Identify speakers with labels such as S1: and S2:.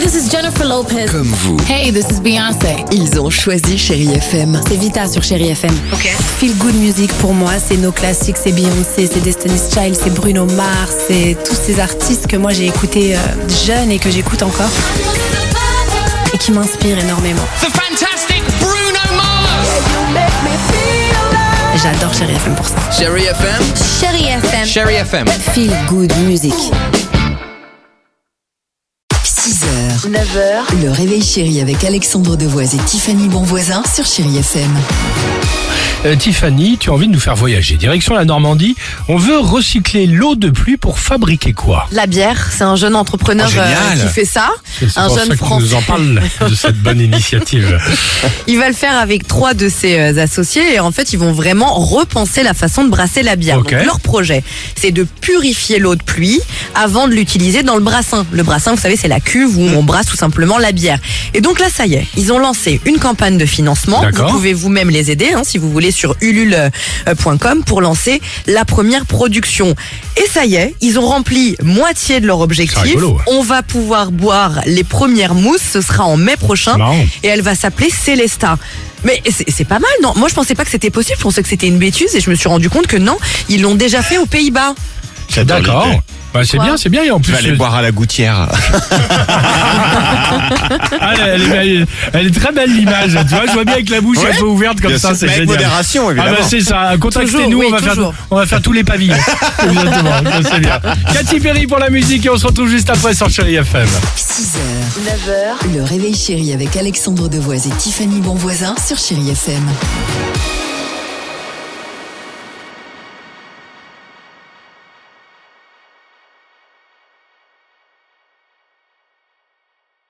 S1: This is Jennifer Lopez.
S2: Comme vous,
S1: Hey, this is Beyoncé.
S3: Ils ont choisi Chérie FM.
S1: C'est Vita sur Chéri FM.
S3: Ok.
S4: Feel Good Music pour moi, c'est nos classiques, c'est Beyoncé, c'est Destiny's Child, c'est Bruno Mars, c'est tous ces artistes que moi j'ai écoutés euh, jeune et que j'écoute encore et qui m'inspirent énormément.
S5: the fantastic Bruno Mars.
S4: J'adore Chérie FM pour ça.
S2: Chérie FM,
S1: Chéri FM.
S2: Chérie FM.
S3: Feel Good Music. 6h, 9h, le réveil chéri avec Alexandre Devoise et Tiffany Bonvoisin sur Chérie FM.
S6: Euh, Tiffany, tu as envie de nous faire voyager. Direction la Normandie, on veut recycler l'eau de pluie pour fabriquer quoi
S7: La bière, c'est un jeune entrepreneur
S2: Oh, génial.
S7: euh, qui fait ça.
S6: Ah, C'est
S7: Un
S6: pour
S7: jeune
S6: ça que tu nous en parles de cette bonne initiative.
S7: Il va le faire avec trois de ses euh, associés et en fait, ils vont vraiment repenser la façon de brasser la bière.
S6: Ok.
S7: Donc, leur projet, c'est de purifier l'eau de pluie avant de l'utiliser dans le brassin. Le brassin, vous savez, c'est la cuve où on brasse tout simplement la bière. Et donc là, ça y est, ils ont lancé une campagne de financement. Vous
S6: D'accord.
S7: pouvez vous-même les aider hein, si vous voulez sur ulule.com pour lancer la première production. Et ça y est, ils ont rempli moitié de leur objectif.
S6: rigolo.
S7: On va pouvoir boire les premières mousses, ce sera en mai prochain
S6: Marrant.
S7: et elle va s'appeler Célesta. Mais c'est c'est pas mal, non Moi, je pensais pas que c'était possible. Je pensais que c'était une bêtise et je me suis rendu compte que non, ils l'ont déjà fait aux Pays-Bas.
S8: J'adore
S6: D'accord.
S8: l'idée.
S6: Bah, c'est
S7: Quoi
S6: bien, c'est bien. Et en
S8: Tu
S6: plus,
S8: vas aller
S6: euh,
S8: boire à la gouttière.
S6: ah, elle, elle est belle. Elle est très belle l'image. Tu vois, je vois bien avec la bouche un peu ouverte comme
S8: Bien
S6: ça,
S8: sûr,
S6: c'est
S8: mais avec
S6: génial.
S8: modération,
S6: Ah
S8: évidemment.
S6: bah c'est ça, contactez-nous,
S7: Toujours, oui,
S6: on, va faire-
S7: toujours.
S6: on va faire tous les pavillons. Exactement, ça, c'est bien. Cathy Perry pour la musique et on se retrouve juste après sur Chérie FM.
S3: 6h, 9h, le réveil chéri avec Alexandre Devoise et Tiffany Bonvoisin sur Chérie FM.